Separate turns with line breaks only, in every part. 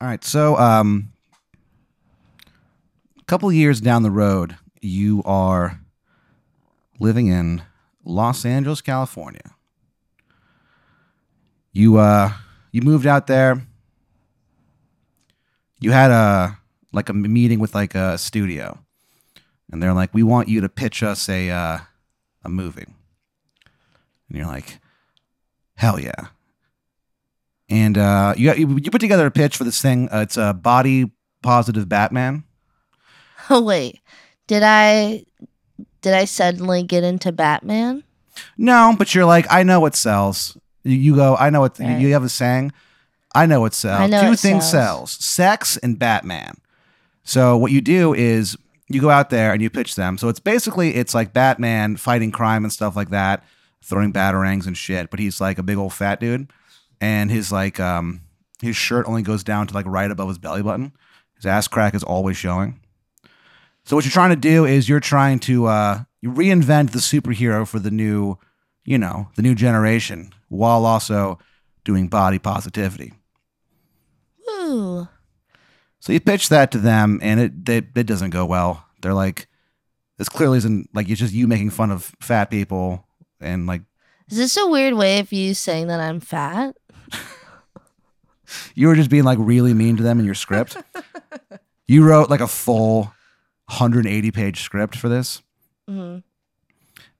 All right. So, um, a couple years down the road, you are living in Los Angeles, California. You uh, you moved out there. You had a like a meeting with like a studio, and they're like, "We want you to pitch us a uh, a movie," and you're like, "Hell yeah!" and uh, you you put together a pitch for this thing. Uh, it's a body positive Batman.
Oh wait, did I did I suddenly get into Batman?
No, but you're like, I know what sells. You, you go, I know what
Right.
you have a saying. I know what sells.
I know
Two
what
things sells.
sells.
sex and Batman. So what you do is you go out there and you pitch them. So it's basically it's like Batman fighting crime and stuff like that, throwing batarangs and shit. But he's like a big old fat dude, and his like um his shirt only goes down to like right above his belly button. His ass crack is always showing. So what you're trying to do is you're trying to uh, you reinvent the superhero for the new, you know, the new generation, while also doing body positivity.
Ooh,
So you pitch that to them, and it they, it doesn't go well. They're like, this clearly isn't like it's just you making fun of fat people, and like
is this a weird way of you saying that I'm fat?
you were just being like really mean to them in your script. you wrote like a full 180 page script for this.
hmm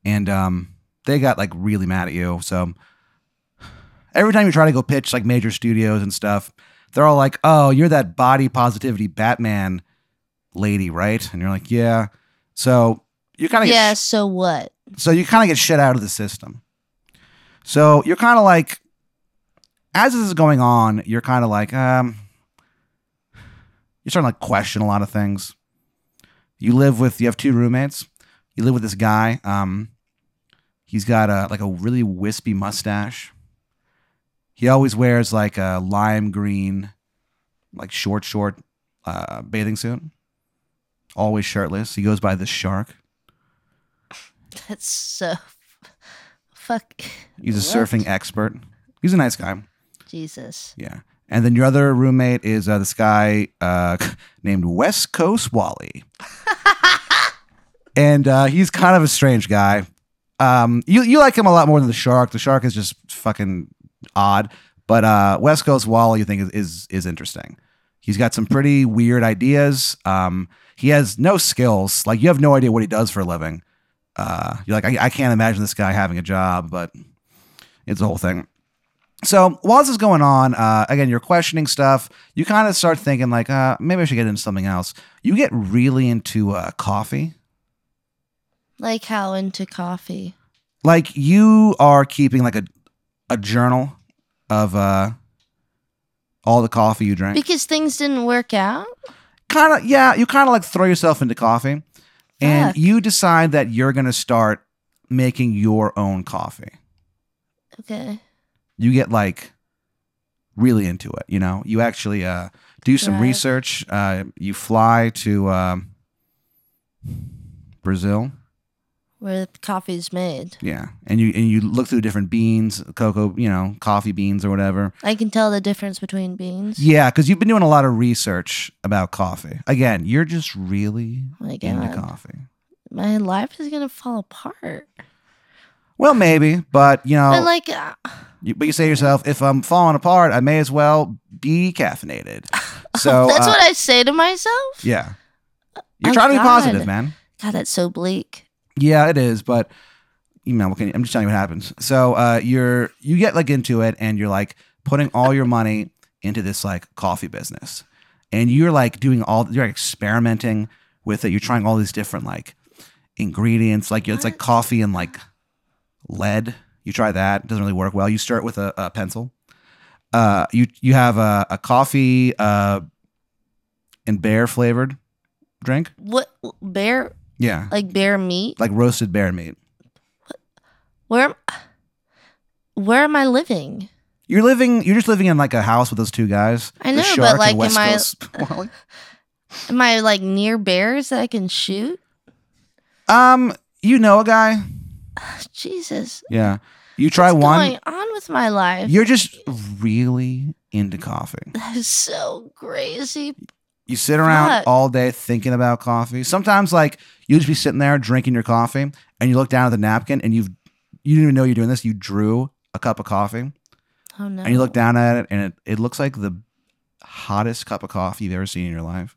and um, they got like really mad at you. So every time you try to go pitch like major studios and stuff, they're all like, "Oh, you're that body positivity Batman lady, right?" And you're like, "Yeah." So you kind of
Yeah. So what?
so you kind of get shit out of the system. So you're kind of like, as this is going on, you're kind of like, um, you're starting to like question a lot of things. You live with, you have two roommates. You live with this guy. Um, he's got a like a really wispy mustache. He always wears like a lime green, like short short uh, bathing suit. Always shirtless. He goes by the shark.
That's so fuck.
He's a
What?
surfing expert. He's a nice guy.
Jesus.
Yeah. And then your other roommate is uh, this guy uh, named West Coast Wally. and uh, he's kind of a strange guy. Um, you, you like him a lot more than the shark. The shark is just fucking odd. But uh, West Coast Wally, you think, is, is, is interesting. He's got some pretty weird ideas. Um, he has no skills. Like, you have no idea what he does for a living. Uh, you're like, I, I can't imagine this guy having a job, but it's a whole thing. So while this is going on, uh, again, you're questioning stuff. You kind of start thinking like, uh, maybe I should get into something else. You get really into uh, coffee.
Like how into coffee?
Like you are keeping like a a journal of uh, all the coffee you drink.
Because things didn't work out.
kind of yeah you kind of like throw yourself into coffee and
Fuck.
you decide that you're going to start making your own coffee
Okay.
you get like really into it you know you actually uh, do some
Right.
research uh, you fly to um, brazil
Where the coffee's made.
yeah and you and you look through different beans cocoa you know coffee beans or whatever
I can tell the difference between beans.
yeah because you've been doing a lot of research about coffee again you're just really
Oh my
into
god.
coffee
My life is gonna fall apart.
well maybe but you know
But like, uh,
You, but you say to yourself, if I'm falling apart, I may as well be caffeinated. So
that's
uh,
what I say to myself.
yeah. You're
Oh,
trying to be
God.
positive, man.
God, that's so bleak.
Yeah, it is, but you know, okay, I'm just telling you what happens. So uh, you're you get like into it, and you're like putting all your money into this like coffee business, and you're like doing all you're experimenting with it. You're trying all these different like ingredients, like it's like
What?
coffee and like lead. You try that; it doesn't really work well. You start with a, a pencil. Uh, you you have a, a coffee uh, and bear flavored drink.
What bear?
Yeah,
Like bear meat?
like roasted bear meat.
Where? am- Where am I living?
You're living. You're just living in like a house with those two guys.
I
the
know, but,
shark and
like,
West
am I-
Coast Wally.
Am I like near bears that I can shoot?
Um, you know a guy.
Jesus.
Yeah. You try
What's
one.
going on with my life?
You're just really into coughing.
that is so crazy.
You sit around
Fuck.
all day thinking about coffee. Sometimes, like you just be sitting there drinking your coffee, and you look down at the napkin, and you've you didn't even know you're doing this. You drew a cup of coffee,
Oh no.
and you look down at it, and it, it looks like the hottest cup of coffee you've ever seen in your life.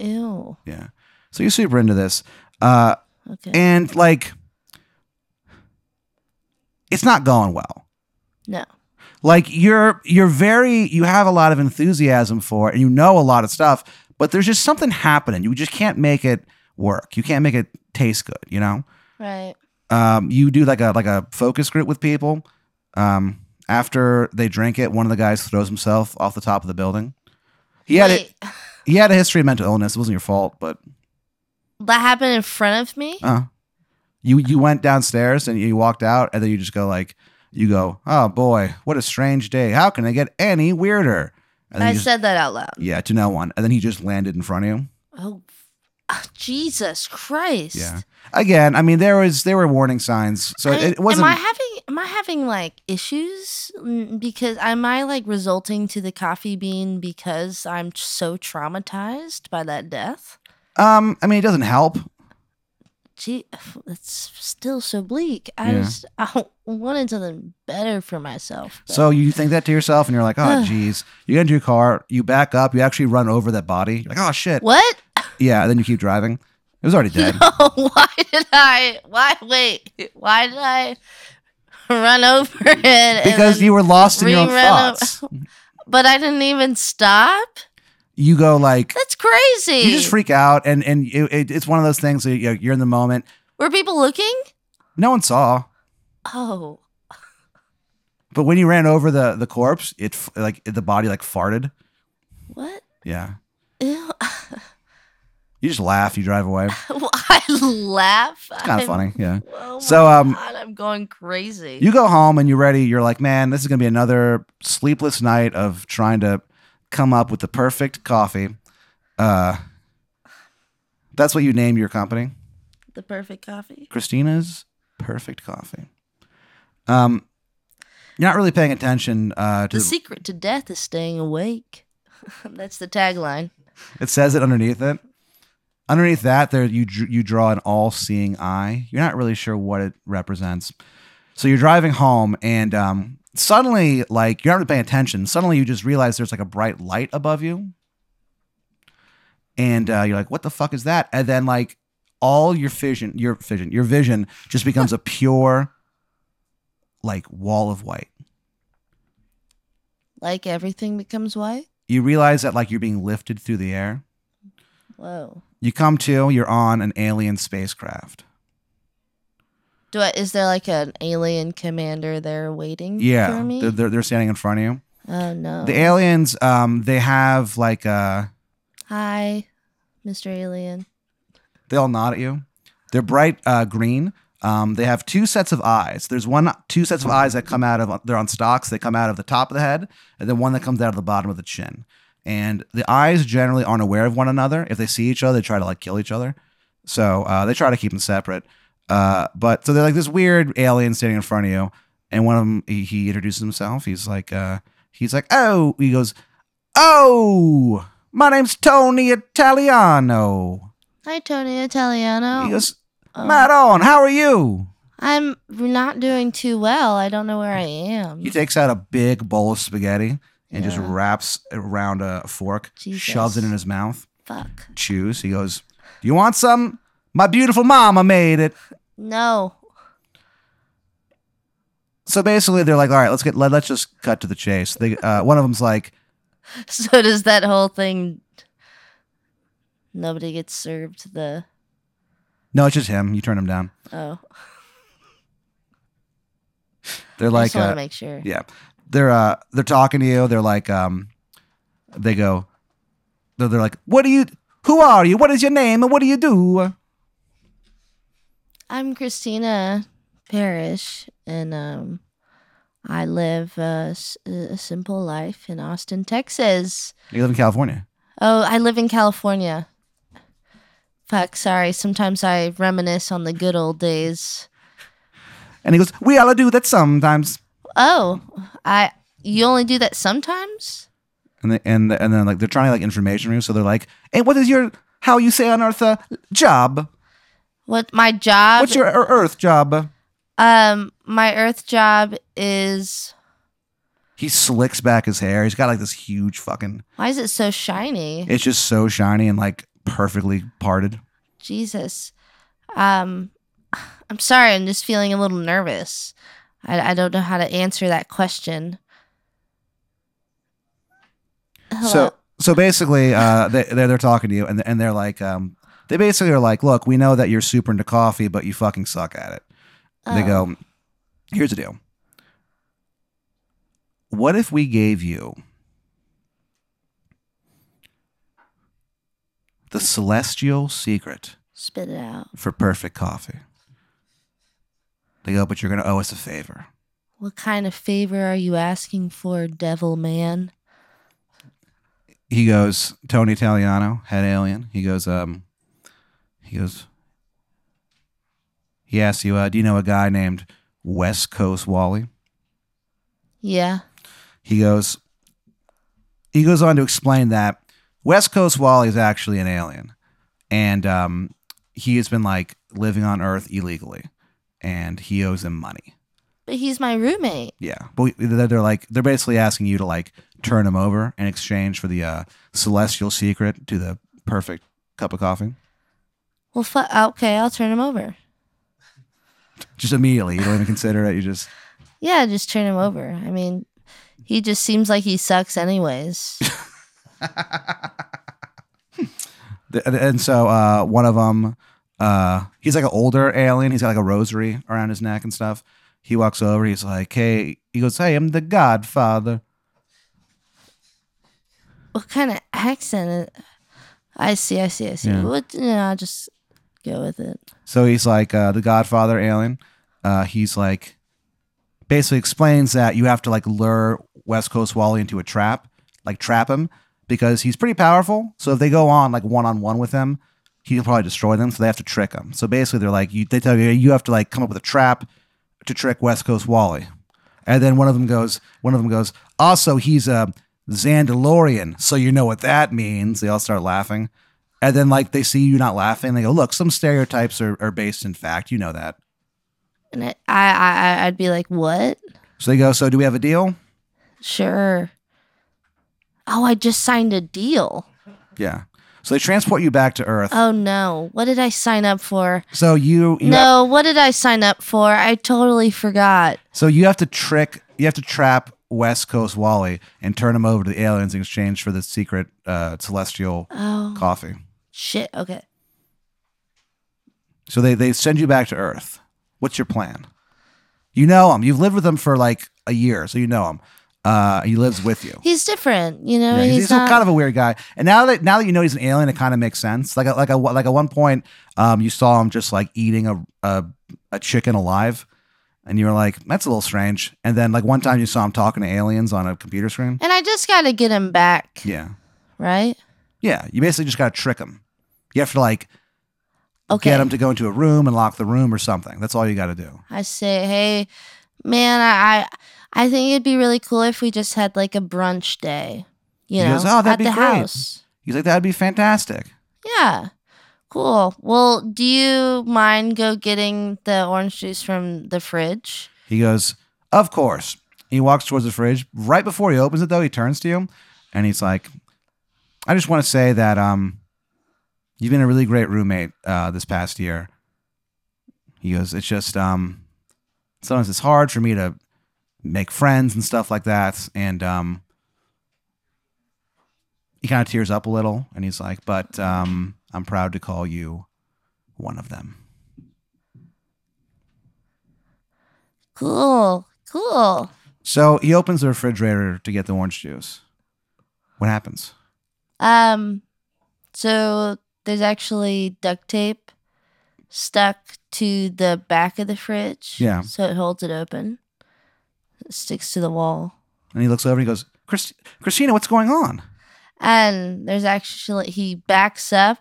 Ew.
Yeah. So you're super into this, uh,
Okay.
and like, it's not going well.
no.
like you're you're very you have a lot of enthusiasm for it and you know a lot of stuff but there's just something happening you just can't make it work you can't make it taste good you know
Right.
um, you do like a like a focus group with people um, after they drink it one of the guys throws himself off the top of the building he had it
Wait,
he had a history of mental illness it wasn't your fault but
That happened in front of me.
uh, you you went downstairs and you walked out and then you just go like you go oh boy what a strange day how can i get any weirder and then
I
you just-
said that out loud.
Yeah, to no one. And then he just landed in front of you.
Oh, f- Jesus Christ!
Yeah. Again, I mean, there was there were warning signs, so
I mean,
it wasn't.
Am I having am I having like issues Mm, because am I like resulting to the coffee bean because I'm t- so traumatized by that death?
um, I mean, it doesn't help.
Gee, it's still so bleak. I
Yeah.
just I wanted something better for myself. but-
So you think that to yourself, and you're like, oh, geez. You get into your car, you back up, you actually run over that body. You're like, oh shit.
what?
Yeah, and then you keep driving. It was already dead.
No, why did I? Why wait? Why did I run over it? and
Because
then-
you were lost in your own
Ring ran o-
thoughts.
but I didn't even stop.
You go like,
That's crazy.
you just freak out, and and it, it, it's one of those things that you- you're in the moment.
Were people looking?
No one saw,
Oh.
but when you ran over the the corpse, it f- like the body like farted.
What?
Yeah,
Ew.
you just laugh, you drive away.
Well, I laugh. It's
kind of funny. Yeah.
Oh so,
So um,
God, I'm going crazy.
you go home and you're ready. You're like, man, this is gonna be another sleepless night of trying to come up with the perfect coffee. Uh, that's what you name your company,
the perfect coffee.
Christina's Perfect Coffee. Um, you're not really paying attention uh, to.
The secret to death is staying awake. That's the tagline.
it says it underneath it. Underneath that, there you dr- you draw an all-seeing eye. You're not really sure what it represents. So you're driving home, and um, suddenly, like you're not really paying attention. Suddenly, you just realize there's like a bright light above you, and uh, you're like, "What the fuck is that?" And then, like, all your vision, your vision, your vision just becomes a pure, like, wall of white.
Like everything becomes white.
You realize that like you're being lifted through the air.
Whoa.
You come to, you're on an alien spacecraft.
Do I, is there like an alien commander there waiting
Yeah,
for me?
they're, they're, they're standing in front of you.
oh no.
The aliens, um, they have like uh,
Hi, Mr. Alien.
they all nod at you. They're bright uh, green. Um, they have two sets of eyes. There's one, two sets of eyes that come out of they're on stalks. They come out of the top of the head, and then one that comes out of the bottom of the chin. And the eyes generally aren't aware of one another. If they see each other, they try to like kill each other. So uh, they try to keep them separate. Uh, but so they're like this weird alien standing in front of you, and one of them he, he introduces himself. He's like, uh, he's like, oh, he goes, oh, my name's Tony Italiano.
Hi, Tony Italiano.
He goes,
Um,
Maron, how are you?
I'm not doing too well. I don't know where I am.
He takes out a big bowl of spaghetti and just
Yeah.
wraps it around a fork, shoves it
Jesus.
in his mouth,
Fuck.
chews. He goes, Do you want some? My beautiful mama made it.
No.
So basically, they're like, All right, let's get, let, us just cut to the chase. They, uh, one of them's like,
So does that whole thing. Nobody gets served the.
No, it's just him. You turn him down.
Oh,
They're
I
like,
just want to
uh,
make sure.
Yeah. They're uh they're talking to you. They're like um they go they're, they're like, "What do you who are you? What is your name and what do you do?"
I'm Christina Parrish, and um, I live a, s- a simple life in Austin, Texas.
You live in California.
Oh, I live in California. Fuck, sorry. Sometimes I reminisce on the good old days.
And he goes, "We all do that sometimes."
Oh, I you only do that sometimes?
And they, and and then like they're trying to like information room, so they're like, "Hey, what is your how you say on Earth uh, job?
What my job
What's your er, Earth job?"
um my earth job is
He slicks back his hair. He's got like this huge fucking.
why is it so shiny?
It's just so shiny and like perfectly parted.
Jesus. Um I'm sorry, I'm just feeling a little nervous. I, I don't know how to answer that question. Hello.
So so basically, uh, they, they're they're talking to you, and and they're like, um, they basically are like, look, we know that you're super into coffee, but you fucking suck at it. They
Oh.
go, here's the deal. What if we gave you the celestial secret
spit it out.
for perfect coffee? They go, but you're gonna owe us a favor.
What kind of favor are you asking for, devil man?
he goes Tony Italiano, head alien. He goes, um, he goes. He asks you, uh, do you know a guy named West Coast Wally?
Yeah.
He goes. He goes on to explain that West Coast Wally is actually an alien, and um, he has been like living on Earth illegally, and he owes him money.
But he's my roommate.
Yeah, but we, they're they're like they're basically asking you to like turn him over in exchange for the uh, celestial secret to the perfect cup of coffee.
Well, fu- okay, I'll turn him over.
Just immediately, you don't even consider it. You just
Yeah, just turn him over. I mean, he just seems like he sucks, anyways.
th- and so uh, one of them, uh, he's like an older alien. He's got like a rosary around his neck and stuff. He walks over. He's like, "Hey," he goes, "Hey, I'm the Godfather."
what kind of accent? Is- I see, I see, I see.
Yeah.
What? Yeah, I'll just go with it.
So he's like uh, the Godfather alien. Uh, he's like basically explains that you have to like lure West Coast Wally into a trap, like trap him because he's pretty powerful. So if they go on like one on one with him, he can probably destroy them. So they have to trick him. So basically, they're like you, they tell you you have to like come up with a trap to trick West Coast Wally, and then one of them goes, one of them goes. Also, he's a Zandalorian, so you know what that means. They all start laughing. And then like they see you not laughing, they go, "Look, some stereotypes are, are based in fact. You know that."
And I, I, I, I'd be like, what?
So they go, "So do we have a deal?"
Sure. Oh, I just signed a deal.
Yeah. So they transport you back to Earth.
Oh no, what did I sign up for?
so you, you have,
No, what did I sign up for? I totally forgot.
so you have to trick, you have to trap West Coast Wally and turn him over to the aliens in exchange for the secret uh, celestial
Oh
coffee.
shit. Okay.
So they they send you back to Earth. What's your plan? You know him. You've lived with him for like a year, so you know him. Uh, he lives with you.
He's different, you know.
Yeah, he's,
he's
he's still
not-
kind of a weird guy. And now that now that you know he's an alien, it kind of makes sense. Like a, like a, like at one point, um, you saw him just like eating a a, a chicken alive, and you were like, that's a little strange. And then like one time you saw him talking to aliens on a computer screen.
and I just got to get him back,
Yeah,
right?
yeah. You basically just gotta trick him. You have to like
Okay.
get him to go into a room and lock the room or something. That's all you gotta do.
I say, hey, man, I, I, I think it'd be really cool if we just had like a brunch day, you
He
know,
goes, "Oh, that'd
at
be
the
great."
house.
He's like, that'd be fantastic.
Yeah. Cool. Well, do you mind go getting the orange juice from the fridge?
He goes, Of course. He walks towards the fridge. Right before he opens it, though, he turns to you and he's like, I just want to say that um, you've been a really great roommate uh, this past year. He goes, It's just um, sometimes it's hard for me to make friends and stuff like that. And um, he kind of tears up a little and he's like, But um, I'm proud to call you one of them.
Cool. Cool.
So he opens the refrigerator to get the orange juice. What happens?
Um, so there's actually duct tape stuck to the back of the fridge.
Yeah.
So it holds it open. It sticks to the wall.
And he looks over and he goes, Christ- Christina, what's going on?
And there's actually, he backs up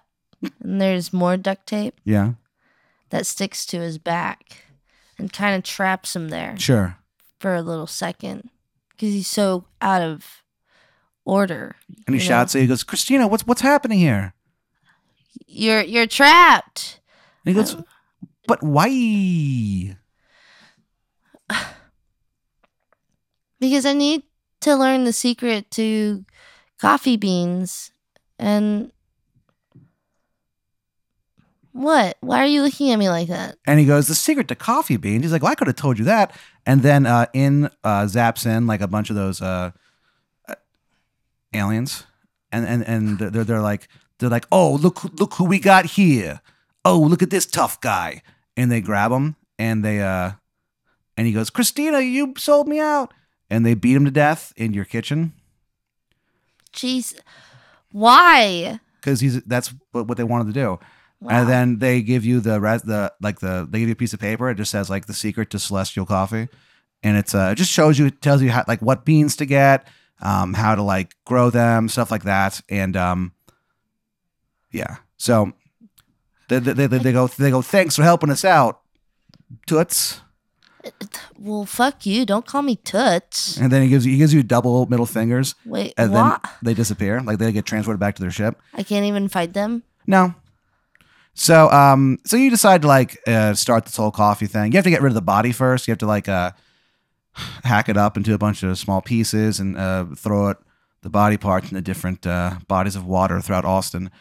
and there's more duct tape
Yeah.
that sticks to his back. and kind of traps him there
Sure.
for a little second because he's so out of order.
And he
you know?
shouts at you, he goes, Christina, what's what's happening here?
You're you're trapped.
And he goes,
Um,
But why?
because I need to learn the secret to coffee beans. And what? Why are you looking at me like that?
And he goes, The secret to coffee beans. He's like, Well, I could have told you that. And then uh, in uh, zaps in like a bunch of those uh, uh, aliens. And and and they're they're like they're like, Oh, look who- look who we got here. Oh, look at this tough guy. And they grab him and they uh and he goes, Christina, you sold me out. And they beat him to death in your kitchen.
Jeez, why?
Because he's that's what, what they wanted to do.
Wow.
And then they give you the res- the like the they give you a piece of paper. It just says like the secret to celestial coffee, and it's uh it just shows you it tells you how like what beans to get, um how to like grow them, stuff like that, and um yeah. So they they, they, they go they go thanks for helping us out, toots,
well, fuck you. Don't call me Toots.
and then he gives you he gives you double middle fingers,
Wait,
and
what?
then they disappear like they get transported back to their ship.
I can't even fight them.
No. So um so you decide to like uh, start this whole coffee thing. You have to get rid of the body first. You have to like uh hack it up into a bunch of small pieces and uh throw it the body parts into different uh bodies of water throughout Austin.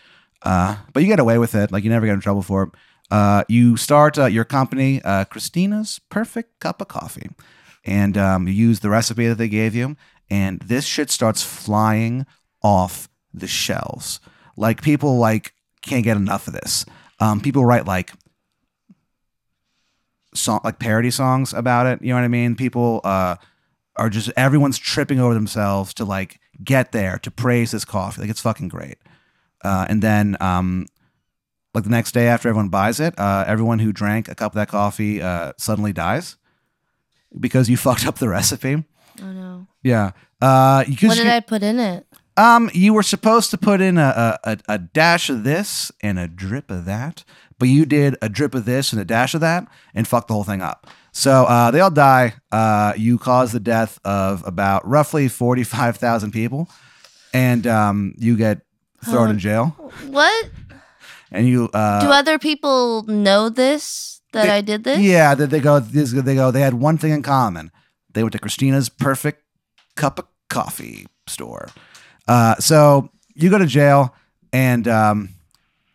Uh but you get away with it. Like you never get in trouble for it. Uh you start uh, your company uh Christina's Perfect Cup of Coffee and um you use the recipe that they gave you and this shit starts flying off the shelves. Like people like can't get enough of this. Um, people write like song like parody songs about it. You know what I mean? People uh, are just everyone's tripping over themselves to like get there to praise this coffee. Like it's fucking great. Uh, and then um, like the next day after everyone buys it, uh, everyone who drank a cup of that coffee uh, suddenly dies because you fucked up the recipe.
Oh no.
Yeah. Uh, you- 'cause
What
you-
did I put in it?
um, you were supposed to put in a, a, a, a dash of this and a drip of that, but you did a drip of this and a dash of that and fucked the whole thing up. So uh, they all die. Uh, you cause the death of about roughly 45,000 people, and um, you get thrown
Oh.
in jail.
What?
And you. Uh,
Do other people know this that
they-
I did this?
Yeah, they, they go. This, they go. They had one thing in common. They went to Christina's perfect cup of coffee store. Uh, so you go to jail, and um,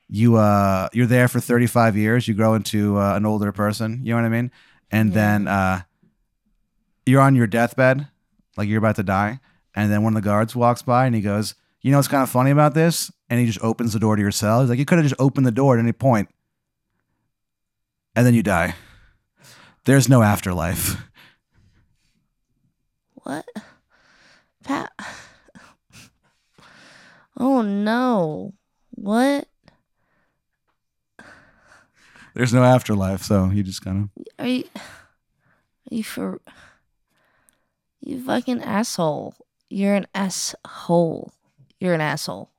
you uh, you're there for 35 years. You grow into uh, an older person. You know what I mean? And
Yeah.
then uh, you're on your deathbed, like you're about to die. And then one of the guards walks by, and he goes, "You know what's kind of funny about this?" And he just opens the door to your cell. He's like, "You could have just opened the door at any point, and then you die." There's no afterlife.
What? Pat. Oh no. What?
There's no afterlife, so you just kind of.
Are you are you for you fucking asshole. You're an asshole. You're an asshole.